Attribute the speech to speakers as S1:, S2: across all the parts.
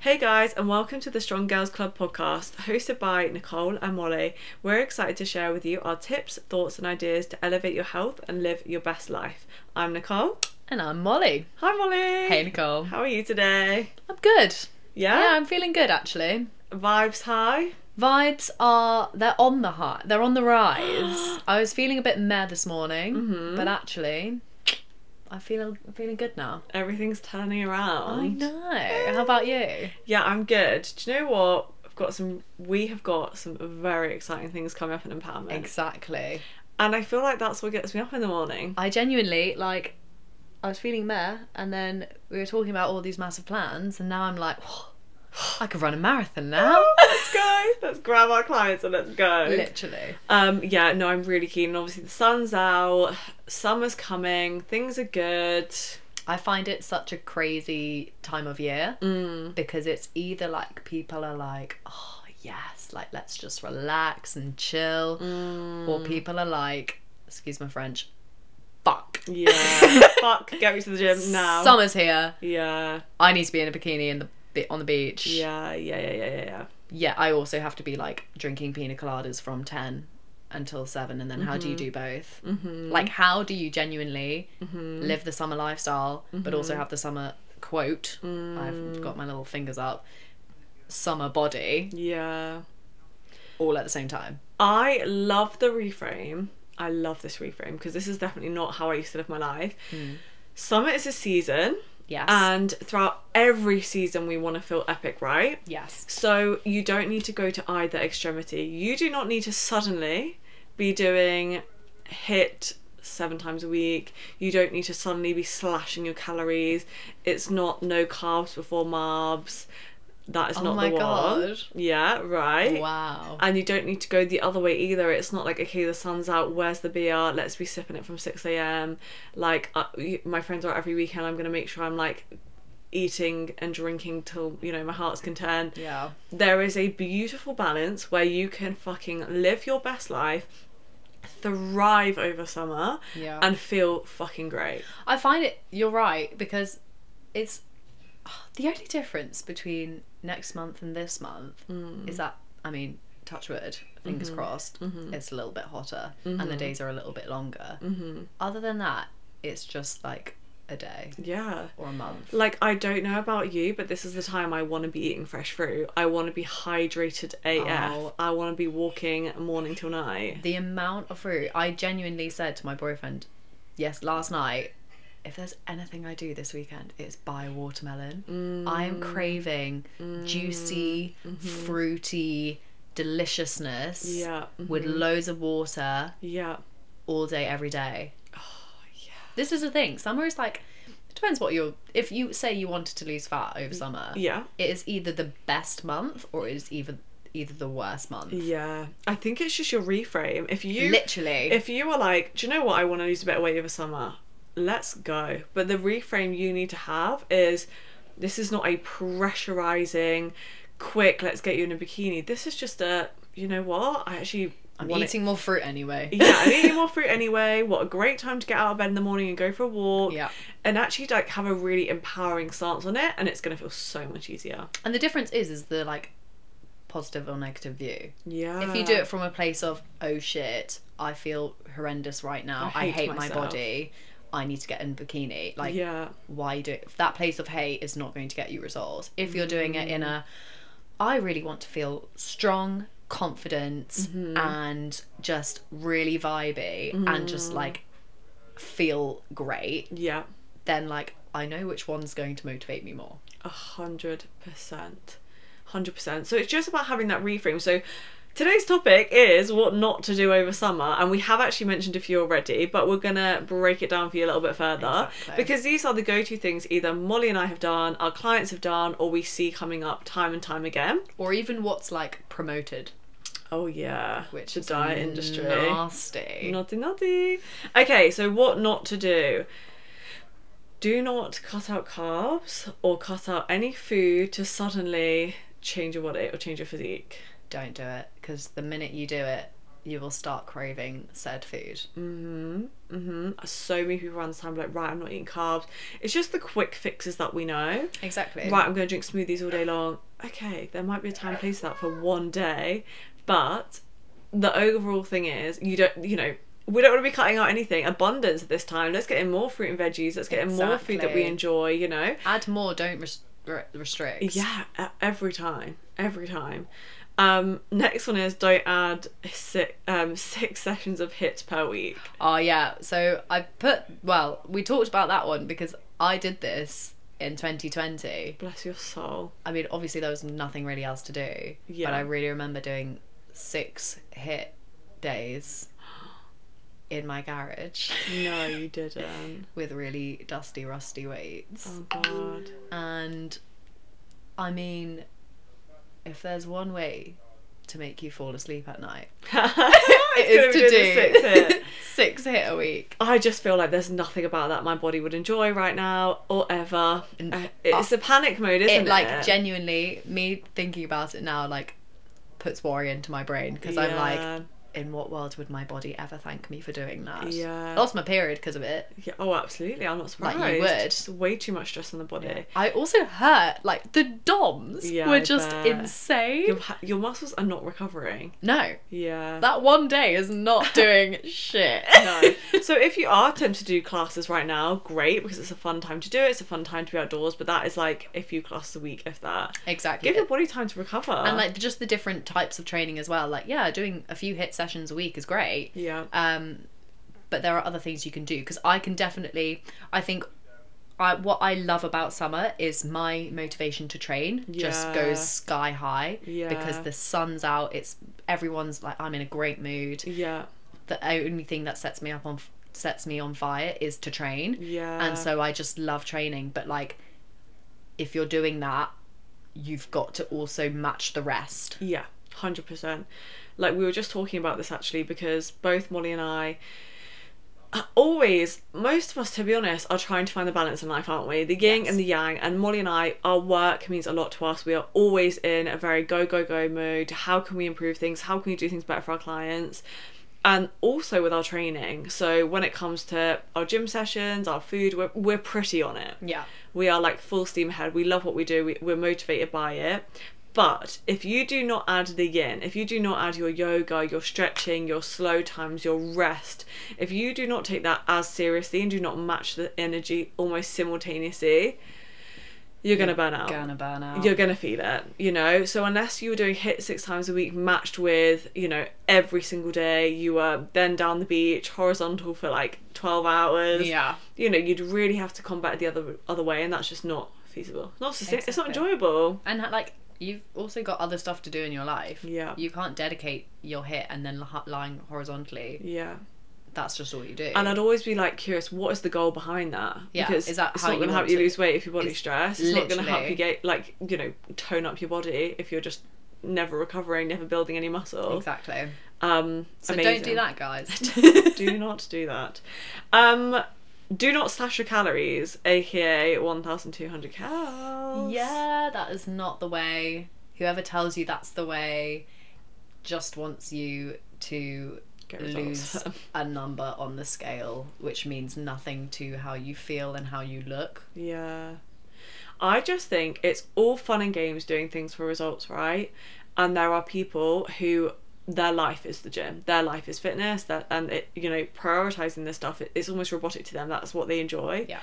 S1: Hey guys, and welcome to the Strong Girls Club podcast, hosted by Nicole and Molly. We're excited to share with you our tips, thoughts, and ideas to elevate your health and live your best life. I'm Nicole.
S2: And I'm Molly.
S1: Hi, Molly.
S2: Hey, Nicole. Ah.
S1: How are you today?
S2: I'm good. Yeah,
S1: Yeah.
S2: I'm feeling good actually.
S1: Vibes high.
S2: Vibes are they're on the high, they're on the rise. I was feeling a bit meh this morning, but actually, I feel I'm feeling good now.
S1: Everything's turning around.
S2: I know. How about you?
S1: Yeah, I'm good. Do you know what? I've got some. We have got some very exciting things coming up in empowerment,
S2: Exactly.
S1: and I feel like that's what gets me up in the morning.
S2: I genuinely like. I was feeling meh, and then we were talking about all these massive plans, and now I'm like, I could run a marathon now.
S1: Let's go. Let's grab our clients and let's go.
S2: Literally.
S1: Um, yeah, no, I'm really keen. And Obviously, the sun's out, summer's coming, things are good.
S2: I find it such a crazy time of year because it's either like people are like, oh, yes, like let's just relax and chill, or people are like, excuse my French, fuck.
S1: Yeah, fuck, get me to the gym now.
S2: Summer's here.
S1: Yeah,
S2: I need to be in a bikini in the bi- on the beach.
S1: yeah, yeah, yeah, yeah, yeah, yeah.
S2: Yeah, I also have to be like drinking pina coladas from 10 until 7 and then how do you do both? Mm-hmm. Like how do you genuinely live the summer lifestyle but also have the summer quote? I've got my little fingers up. Summer body
S1: Yeah.
S2: all at the same time.
S1: I love the reframe. I love this reframe because this is definitely not how I used to live my life. Summer is a season,
S2: Yes.
S1: and throughout every season, we want to feel epic, right?
S2: yes.
S1: So you don't need to go to either extremity. You do not need to suddenly be doing hit seven times a week. You don't need to suddenly be slashing your calories. It's not no carbs before marbs. That is
S2: Oh
S1: not
S2: my
S1: the one.
S2: God.
S1: Yeah, right.
S2: Wow.
S1: And you don't need to go the other way either. It's not like okay, the sun's out. Where's the beer? Let's be sipping it from six a.m. Like uh, y- my friends are every weekend. I'm gonna make sure I'm like eating and drinking till you know my heart's content
S2: yeah.
S1: there is a beautiful balance where you can fucking live your best life, thrive over summer,
S2: Yeah.
S1: and feel fucking great.
S2: I find it you're right because it's the only difference between next month and this month is that I mean touch wood fingers crossed it's a little bit hotter and the days are a little bit longer other than that it's just like a day
S1: Yeah.
S2: or a month
S1: Like, I don't know about you, but this is the time I want to be eating fresh fruit. I want to be hydrated AF.
S2: Oh.
S1: I want to be walking morning till night.
S2: the amount of fruit I genuinely said to my boyfriend yes last night if there's anything I do this weekend it's buy a watermelon I am craving juicy fruity deliciousness
S1: Yeah.
S2: with loads of water
S1: Yeah.
S2: all day every day. Oh yeah. This is the thing. Summer is like it depends what you're if you say you wanted to lose fat over summer,
S1: Yeah.
S2: it is either the best month or it is either either the worst month.
S1: Yeah. I think it's just your reframe. If you
S2: Literally.
S1: if you were like, do you know what? I want to lose a bit of weight over summer. Let's go. But the reframe you need to have is this is not a pressurizing, quick, let's get you in a bikini. This is just a, you know what? I actually
S2: I'm
S1: want
S2: eating more fruit anyway.
S1: It. Yeah, I'm eating more fruit anyway. What a great time to get out of bed in the morning and go for a walk.
S2: Yeah.
S1: And actually, like, have a really empowering stance on it, and it's going to feel so much easier.
S2: And the difference is is the like positive or negative view.
S1: Yeah.
S2: If you do it from a place of oh shit, I feel horrendous right now.
S1: I
S2: I
S1: hate
S2: hate, my
S1: myself."
S2: body. I need to get in bikini. Like
S1: Yeah.
S2: why do that place of hate is not going to get you results if you're doing it in
S1: Mm.
S2: a i really want to feel strong confident
S1: Mm-hmm.
S2: and just really vibey and just
S1: Mm.
S2: like feel great
S1: Yeah.
S2: then like i know which one's going to motivate me more
S1: A hundred percent. Hundred percent. So it's just about having that reframe. So today's topic is what not to do over summer, and we have actually mentioned a few already, but we're gonna break it down for you a little bit further
S2: Exactly.
S1: because these are the go-to things either Molly and I have done, our clients have done, or we see coming up time and time again.
S2: or even what's like promoted
S1: Oh yeah,
S2: which
S1: the
S2: is
S1: diet industry.
S2: nasty
S1: Naughty, naughty. Okay, so what not to do? Do not cut out carbs or cut out any food to suddenly change your body or change your physique.
S2: don't do it because the minute you do it you will start craving said food.
S1: hmm So many people around this time are like, right, I'm not eating carbs. It's just the quick fixes that we know.
S2: Exactly.
S1: Right, I'm going to drink smoothies all day long. Okay, there might be a time and place for that for one day, but the overall thing is you don't, you know, we don't want to be cutting out anything. Abundance at this time. Let's get in more fruit and veggies. Let's get in more food that we
S2: Exactly.
S1: enjoy. You know.
S2: Add more, don't restri- restrict.
S1: Yeah, e- every time, every time. Um, next one is don't add six, um, six sessions of hits per week.
S2: Oh yeah. So I put well, we talked about that one because I did this in 2020.
S1: Bless your soul.
S2: I mean, obviously there was nothing really else to do.
S1: Yeah.
S2: But I really remember doing six hit days in my garage
S1: No, you didn't.
S2: with really dusty, rusty weights.
S1: Oh God.
S2: And I mean, if there's one way to make you fall asleep at night, it
S1: it
S2: is to do
S1: Six hit.
S2: six hit a week.
S1: I just feel like there's nothing about that my body would enjoy right now or ever.
S2: And-
S1: Uh, It's a panic mode, isn't it?
S2: it like genuinely me thinking about it now like puts worry into my brain because i'm like
S1: Yeah.
S2: in what world would my body ever thank me for doing that
S1: Yeah.
S2: I lost my period because of it
S1: Yeah, oh, absolutely. I'm not
S2: Like,
S1: surprised.
S2: you would.
S1: It's way too much stress on the body.
S2: i also hurt like the doms
S1: Yeah,
S2: were
S1: I
S2: just
S1: bet.
S2: insane
S1: Your, ha- your muscles are not recovering.
S2: no
S1: Yeah.
S2: that one day is not doing shit
S1: no. So if you are tempted to do classes right now, great because it's a fun time to do it. It's a fun time to be outdoors, but that is like a few classes a week, if that.
S2: exactly
S1: Give your body time to recover.
S2: and like just the different types of training as well like yeah doing a few hit sessions a week is great
S1: yeah,
S2: um but there are other things you can do because i can definitely i think I, what i love about summer is my motivation to train just
S1: Yeah.
S2: goes sky high because
S1: Yeah.
S2: the sun's out it's everyone's like i'm in a great mood
S1: yeah,
S2: the only thing that sets me up on f- sets me on fire is to train
S1: yeah.
S2: and so i just love training but like if you're doing that you've got to also match the rest
S1: Yeah, 100%. Like, we were just talking about this actually because both Molly and I are always, most of us, to be honest, are trying to find the balance in life, aren't we? The yin
S2: Yes.
S1: and the yang. And Molly and I, our work means a lot to us. We are always in a very go, go, go mode. How can we improve things? How can we do things better for our clients? And also with our training. So, when it comes to our gym sessions, our food, we're, we're pretty on it
S2: yeah
S1: we are like full steam ahead. We love what we do. We, we're motivated by it. But if you do not add the yin, if you do not add your yoga, your stretching, your slow times, your rest, if you do not take that as seriously and do not match the energy almost simultaneously, you're gonna burn out
S2: gonna burn out
S1: you're gonna feel it, you know. So unless you were doing hit six times a week, matched with you know every single day, you were then down the beach horizontal for like twelve hours.
S2: Yeah.
S1: you know you'd really have to combat it the other other way, and that's just not feasible. Not sustain- It's not
S2: Exactly.
S1: enjoyable.
S2: and ha- like you've also got other stuff to do in your life
S1: Yeah.
S2: you can't dedicate your hit and then li- lying horizontally
S1: Yeah,
S2: that's just all you do
S1: and I'd always be like curious, what is the goal behind that?
S2: Yeah,
S1: because
S2: is that
S1: it's
S2: how
S1: not
S2: you
S1: gonna help
S2: want
S1: you
S2: to-
S1: lose weight if your body's
S2: it's
S1: stressed. It's not gonna help
S2: literally-
S1: you get like you know tone up your body if you're just never recovering, never building any muscle.
S2: exactly
S1: Um,
S2: so
S1: amazing.
S2: don't do that guys
S1: do not do that. Um, do not slash your calories, aka 1,200 calories.
S2: yeah that is not the way whoever tells you that's the way just wants you to
S1: Get results.
S2: lose a number on the scale which means nothing to how you feel and how you look
S1: yeah. I just think it's all fun and games doing things for results, right? And there are people who their life is the gym, their life is fitness, that and it, you know prioritizing this stuff. It, it's almost robotic to them. That's what they enjoy.
S2: yeah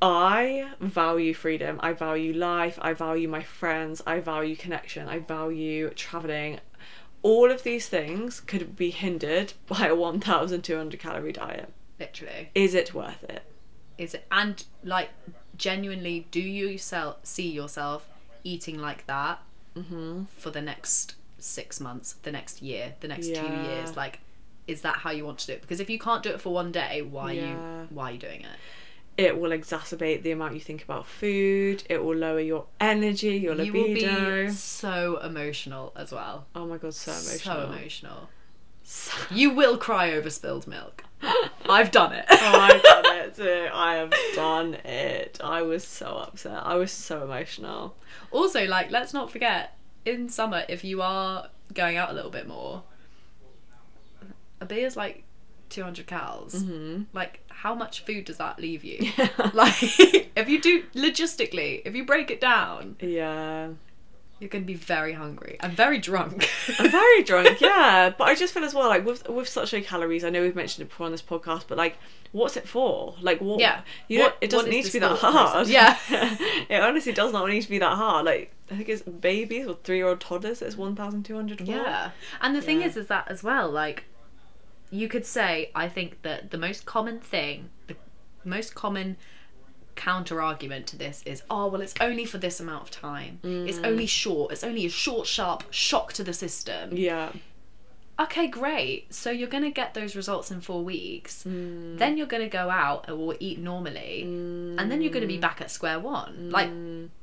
S1: I value freedom. I value life. I value my friends. I value connection. I value traveling. All of these things could be hindered by a 1,200 calorie diet.
S2: literally
S1: Is it worth it?
S2: is it and like genuinely do you sel- see yourself eating like that
S1: Mm-hmm.
S2: for the next six months the next year the next
S1: Yeah.
S2: two years like is that how you want to do it because if you can't do it for one day why are
S1: Yeah.
S2: you why are you doing it
S1: It will exacerbate the amount you think about food. It will lower your energy, your
S2: you
S1: libido.
S2: will be so emotional as well
S1: oh my god, so
S2: so
S1: emotional.
S2: emotional
S1: So
S2: you will cry over spilled milk i've done it
S1: Oh, I've done it too. I have done it. I was so upset. I was so emotional.
S2: Also, like, let's not forget in summer if you are going out a little bit more, a beer's like 200 calories. Like, how much food does that leave you?
S1: Mm-hmm. Yeah.
S2: like, if you do logistically, if you break it down,
S1: yeah.
S2: you're going to be very hungry and very drunk.
S1: I'm very drunk, yeah. But I just feel as well, like with with such low calories. I know we've mentioned it before on this podcast, but like, what's it for? Like, what?
S2: Yeah.
S1: you don't,
S2: What-
S1: it doesn't
S2: what
S1: need to
S2: is this
S1: be that
S2: thought
S1: hard.
S2: process? Yeah.
S1: it honestly does not need to be that hard. Like, I think it's babies or three year old toddlers. It's one thousand two hundred.
S2: Yeah. And the thing
S1: Yeah.
S2: is, is that as well, like, you could say, I think that the most common thing, the most common counter argument to this is, oh, well, it's only for this amount of time. It's only short. It's only a short, sharp shock to the system.
S1: Yeah.
S2: Okay, great. So you're going to get those results in four weeks. Then you're going to go out or eat normally. And then you're going to be back at square one. Like,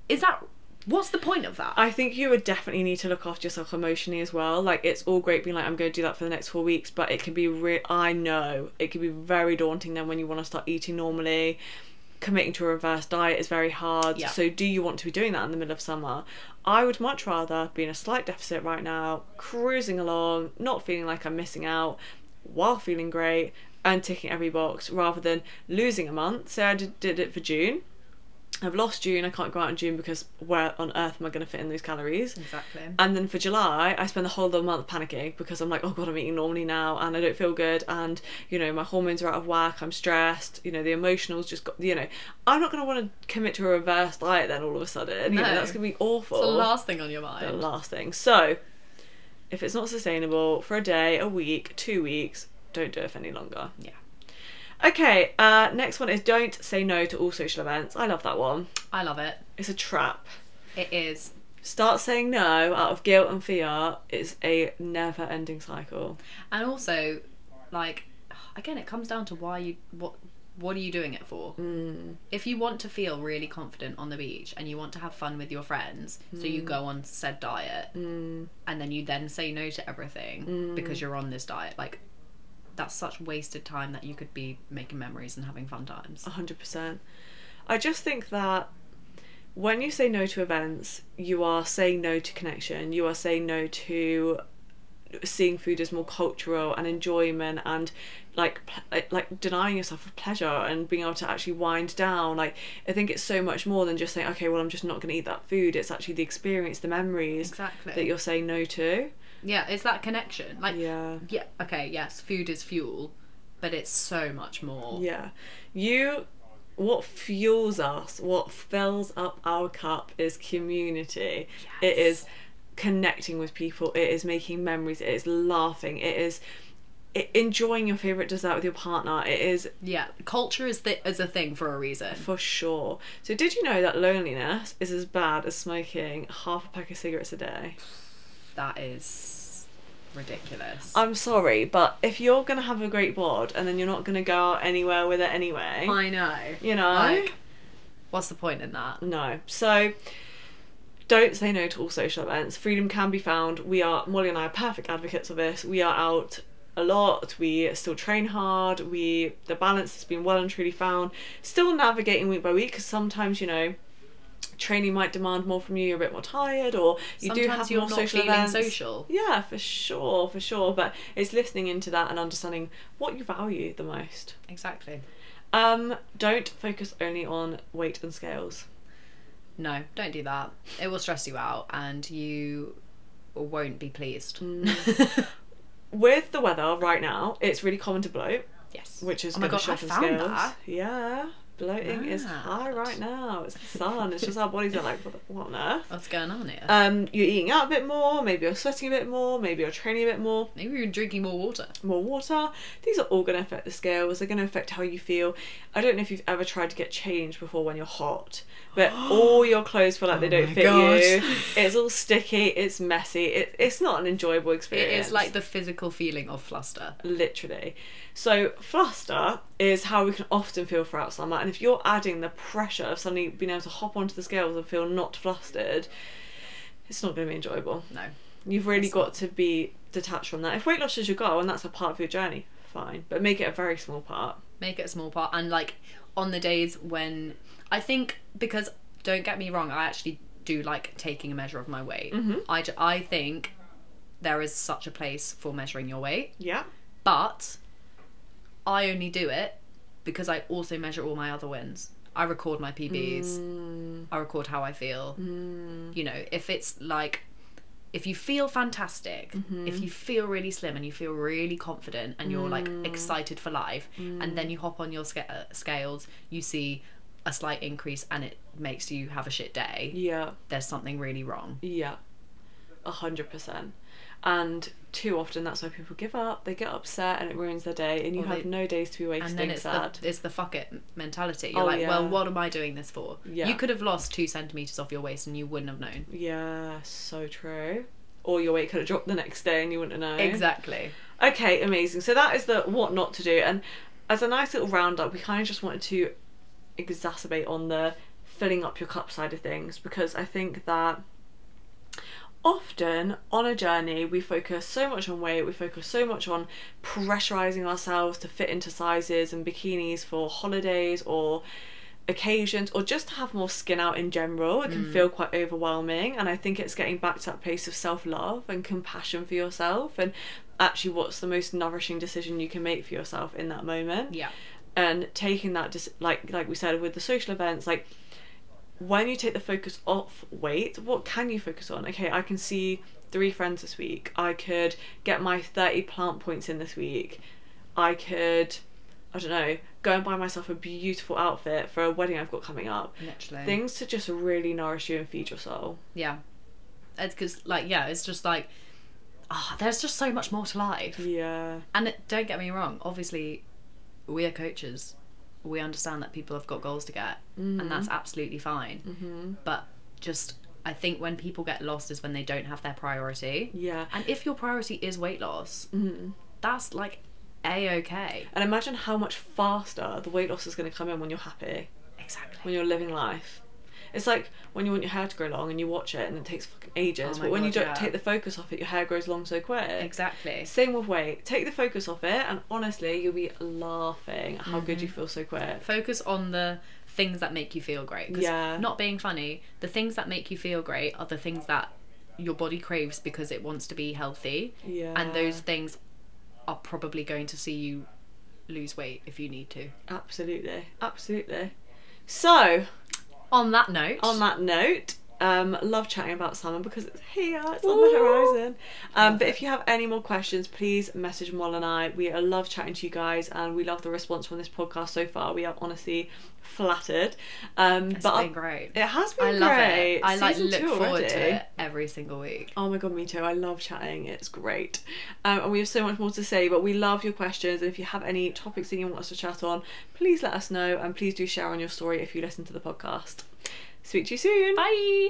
S2: is that, what's the point of that?
S1: I think you would definitely need to look after yourself emotionally as well. Like it's all great being like I'm going to do that for the next four weeks, but it can be re- I know it can be very daunting then when you want to start eating normally. Committing to a reverse diet is very hard.
S2: Yeah.
S1: So do you want to be doing that in the middle of summer? I would much rather be in a slight deficit right now, cruising along, not feeling like I'm missing out, while feeling great and ticking every box, rather than losing a month. Say I did, did it for June. I've lost June. I can't go out in June because where on earth am I going to fit in those calories?
S2: exactly.
S1: And then for July, I spend the whole other month panicking because I'm like, oh god, I'm eating normally now, and I don't feel good, and you know my hormones are out of whack. I'm stressed. You know the emotionals just got. You know I'm not going to want to commit to a reverse diet then all of a sudden. You know
S2: No.
S1: that's going to be awful.
S2: It's the last thing on your
S1: The
S2: mind.
S1: last thing. So if it's not sustainable for a day, a week, two weeks, don't do it for any longer.
S2: Yeah.
S1: Okay. Uh, next one is don't say no to all social events. I love that one.
S2: I love it.
S1: It's a trap.
S2: It is.
S1: Start saying no out of guilt and fear is a never ending cycle.
S2: And also, like, again, it comes down to why you what what are you doing it for?
S1: Mm. Mm-hmm.
S2: If you want to feel really confident on the beach and you want to have fun with your friends, so
S1: Mm.
S2: you go on said diet, and then you then say no to everything
S1: Mm.
S2: because you're on this diet, like. That's such wasted time that you could be making memories and having fun times.
S1: 100%. I just think that when you say no to events, you are saying no to connection, you are saying no to seeing food as more cultural and enjoyment and like pl- like denying yourself of pleasure and being able to actually wind down like i think it's so much more than just saying okay well i'm just not going to eat that food it's actually the experience the memories
S2: Exactly.
S1: that you're saying no to
S2: Yeah, it's that connection. Like,
S1: yeah
S2: yeah, okay, yes, food is fuel, but it's so much more.
S1: Yeah. You what fuels us, what fills up our cup is community. It
S2: Yes.
S1: is connecting with people, it is making memories, it is laughing, it is i enjoying your favorite dessert with your partner. It is
S2: Yeah, culture is th- is a thing for a reason.
S1: for sure. So did you know that loneliness is as bad as smoking half a pack of cigarettes a day?
S2: That is ridiculous.
S1: I'm sorry, but if you're going to have a great bod and then you're not going to go out anywhere with it anyway,
S2: I know.
S1: you know?
S2: Like, what's the point in that?
S1: No. So don't say no to all social events. Freedom can be found. We are Molly and I are perfect advocates of this. We are out a lot. We still train hard. We the balance has been well and truly found. Still navigating week by week because sometimes you know training might demand more from you. You're a bit more tired, or you
S2: Sometimes
S1: do have
S2: you're
S1: more
S2: not
S1: social
S2: feeling
S1: events.
S2: social.
S1: Yeah, for sure, for sure. But it's listening into that and understanding what you value the most.
S2: Exactly.
S1: Um, don't focus only on weight and scales.
S2: No, don't do that. It will stress you out, and you won't be pleased.
S1: Mm. with the weather right now, it's really common to bloat,
S2: yes.
S1: which is
S2: oh my
S1: going
S2: god,
S1: to sharpen
S2: I found
S1: scales.
S2: that.
S1: Yeah, bloating is high
S2: Mad.
S1: right now. It's the sun. it's just our bodies are like, what, the- what on earth?
S2: What's going on here?
S1: Um, you're eating out a bit more. Maybe you're sweating a bit more. Maybe you're training a bit more.
S2: Maybe you're drinking more water.
S1: More water. These are all going to affect the scales. They're going to affect how you feel. I don't know if you've ever tried to get changed before when you're hot, but all your clothes feel like they
S2: Oh
S1: don't
S2: my
S1: fit
S2: God.
S1: you. It's all sticky. It's messy. It, it's not an enjoyable
S2: It
S1: experience.
S2: is like the physical feeling of fluster.
S1: literally. So fluster is how we can often feel throughout summer, and if you're adding the pressure of suddenly being able to hop onto the scales and feel not flustered, it's not going to be enjoyable.
S2: No.
S1: You've really
S2: It's
S1: got to be detached from that. If weight loss is your goal and that's a part of your journey, fine, but make it a very small part.
S2: make it a small part and like on the days when i think because don't get me wrong i actually do like taking a measure of my weight I, ju- I think there is such a place for measuring your weight
S1: Yeah.
S2: But I only do it because I also measure all my other wins. I record my PBs. I record how I feel.
S1: Mm,
S2: You know, if it's like, if you feel fantastic,
S1: Mm-hmm.
S2: if you feel really slim and you feel really confident and you're like
S1: Mm.
S2: excited for life, and then you hop on your sca- uh, scales, you see a slight increase and it makes you have a shit day,
S1: Yeah.
S2: there's something really wrong.
S1: Yeah, a hundred percent. And too often, that's why people give up. They get upset, and it ruins their day. And you
S2: Or
S1: have
S2: they-
S1: no days to be
S2: and
S1: wasting
S2: then it's
S1: sad.
S2: the it's the fuck it mentality. You're
S1: Oh,
S2: like,
S1: yeah.
S2: well, what am I doing this for?
S1: Yeah.
S2: You could have lost two centimeters off your waist and you wouldn't have known.
S1: yeah, so true. Or your weight could have dropped the next day, and you wouldn't know.
S2: Exactly.
S1: Okay, amazing. So that is the what not to do. And as a nice little roundup, we kind of just wanted to exacerbate on the filling up your cup side of things because I think that often on a journey we focus so much on weight, we focus so much on pressurizing ourselves to fit into sizes and bikinis for holidays or occasions or just to have more skin out in general it can feel quite overwhelming and i think it's getting back to that place of self-love and compassion for yourself and actually what's the most nourishing decision you can make for yourself in that moment
S2: Yeah.
S1: and taking that dis- like like we said with the social events like when you take the focus off weight what can you focus on okay i can see three friends this week i could get my 30 plant points in this week i could i don't know go and buy myself a beautiful outfit for a wedding i've got coming up
S2: Literally.
S1: things to just really nourish you and feed your soul
S2: Yeah. It's because, like, yeah, it's just like, ah, there's just so much more to life.
S1: yeah
S2: And it, don't get me wrong, obviously, we are coaches. We understand that people have got goals to get,
S1: Mm-hmm.
S2: and that's absolutely fine.
S1: Mm.
S2: Mm-hmm. But just, I think when people get lost is when they don't have their priority.
S1: yeah Mm. Mm-hmm.
S2: And if your priority is weight loss, that's like a okay.
S1: and imagine how much faster the weight loss is going to come in when you're happy
S2: Exactly.
S1: when you're living life. It's like when you want your hair to grow long and you watch it and it takes fucking ages,
S2: Oh my
S1: but when you
S2: God,
S1: don't
S2: yeah.
S1: take the focus off it, your hair grows long so quick.
S2: Exactly.
S1: Same with weight. Take the focus off it, and honestly, you'll be laughing at how good
S2: Mm-hmm.
S1: you feel so quick.
S2: Focus on the things that make you feel great. 'Cause
S1: Yeah.
S2: Not being funny, the things that make you feel great are the things that your body craves because it wants to be healthy.
S1: Yeah.
S2: And those things are probably going to see you lose weight if you need to.
S1: Absolutely. Absolutely. So,
S2: On that note,
S1: on that note, um, love chatting about summer because it's here, it's on
S2: Ooh.
S1: the horizon. Um, but if you have any more questions, please message Moll and I. We love chatting to you guys, and we love the response from this podcast so far. We are honestly flattered. Um,
S2: it's
S1: but
S2: been great.
S1: it has been
S2: I love
S1: great.
S2: it. I like
S1: Season
S2: look
S1: two
S2: forward
S1: already.
S2: to it every single week.
S1: Oh my god, me too. I love chatting. It's great. Um, and we have so much more to say, but we love your questions. And if you have any topics that you want us to chat on, please let us know. And please do share on your story if you listen to the podcast. Speak to you soon.
S2: Bye.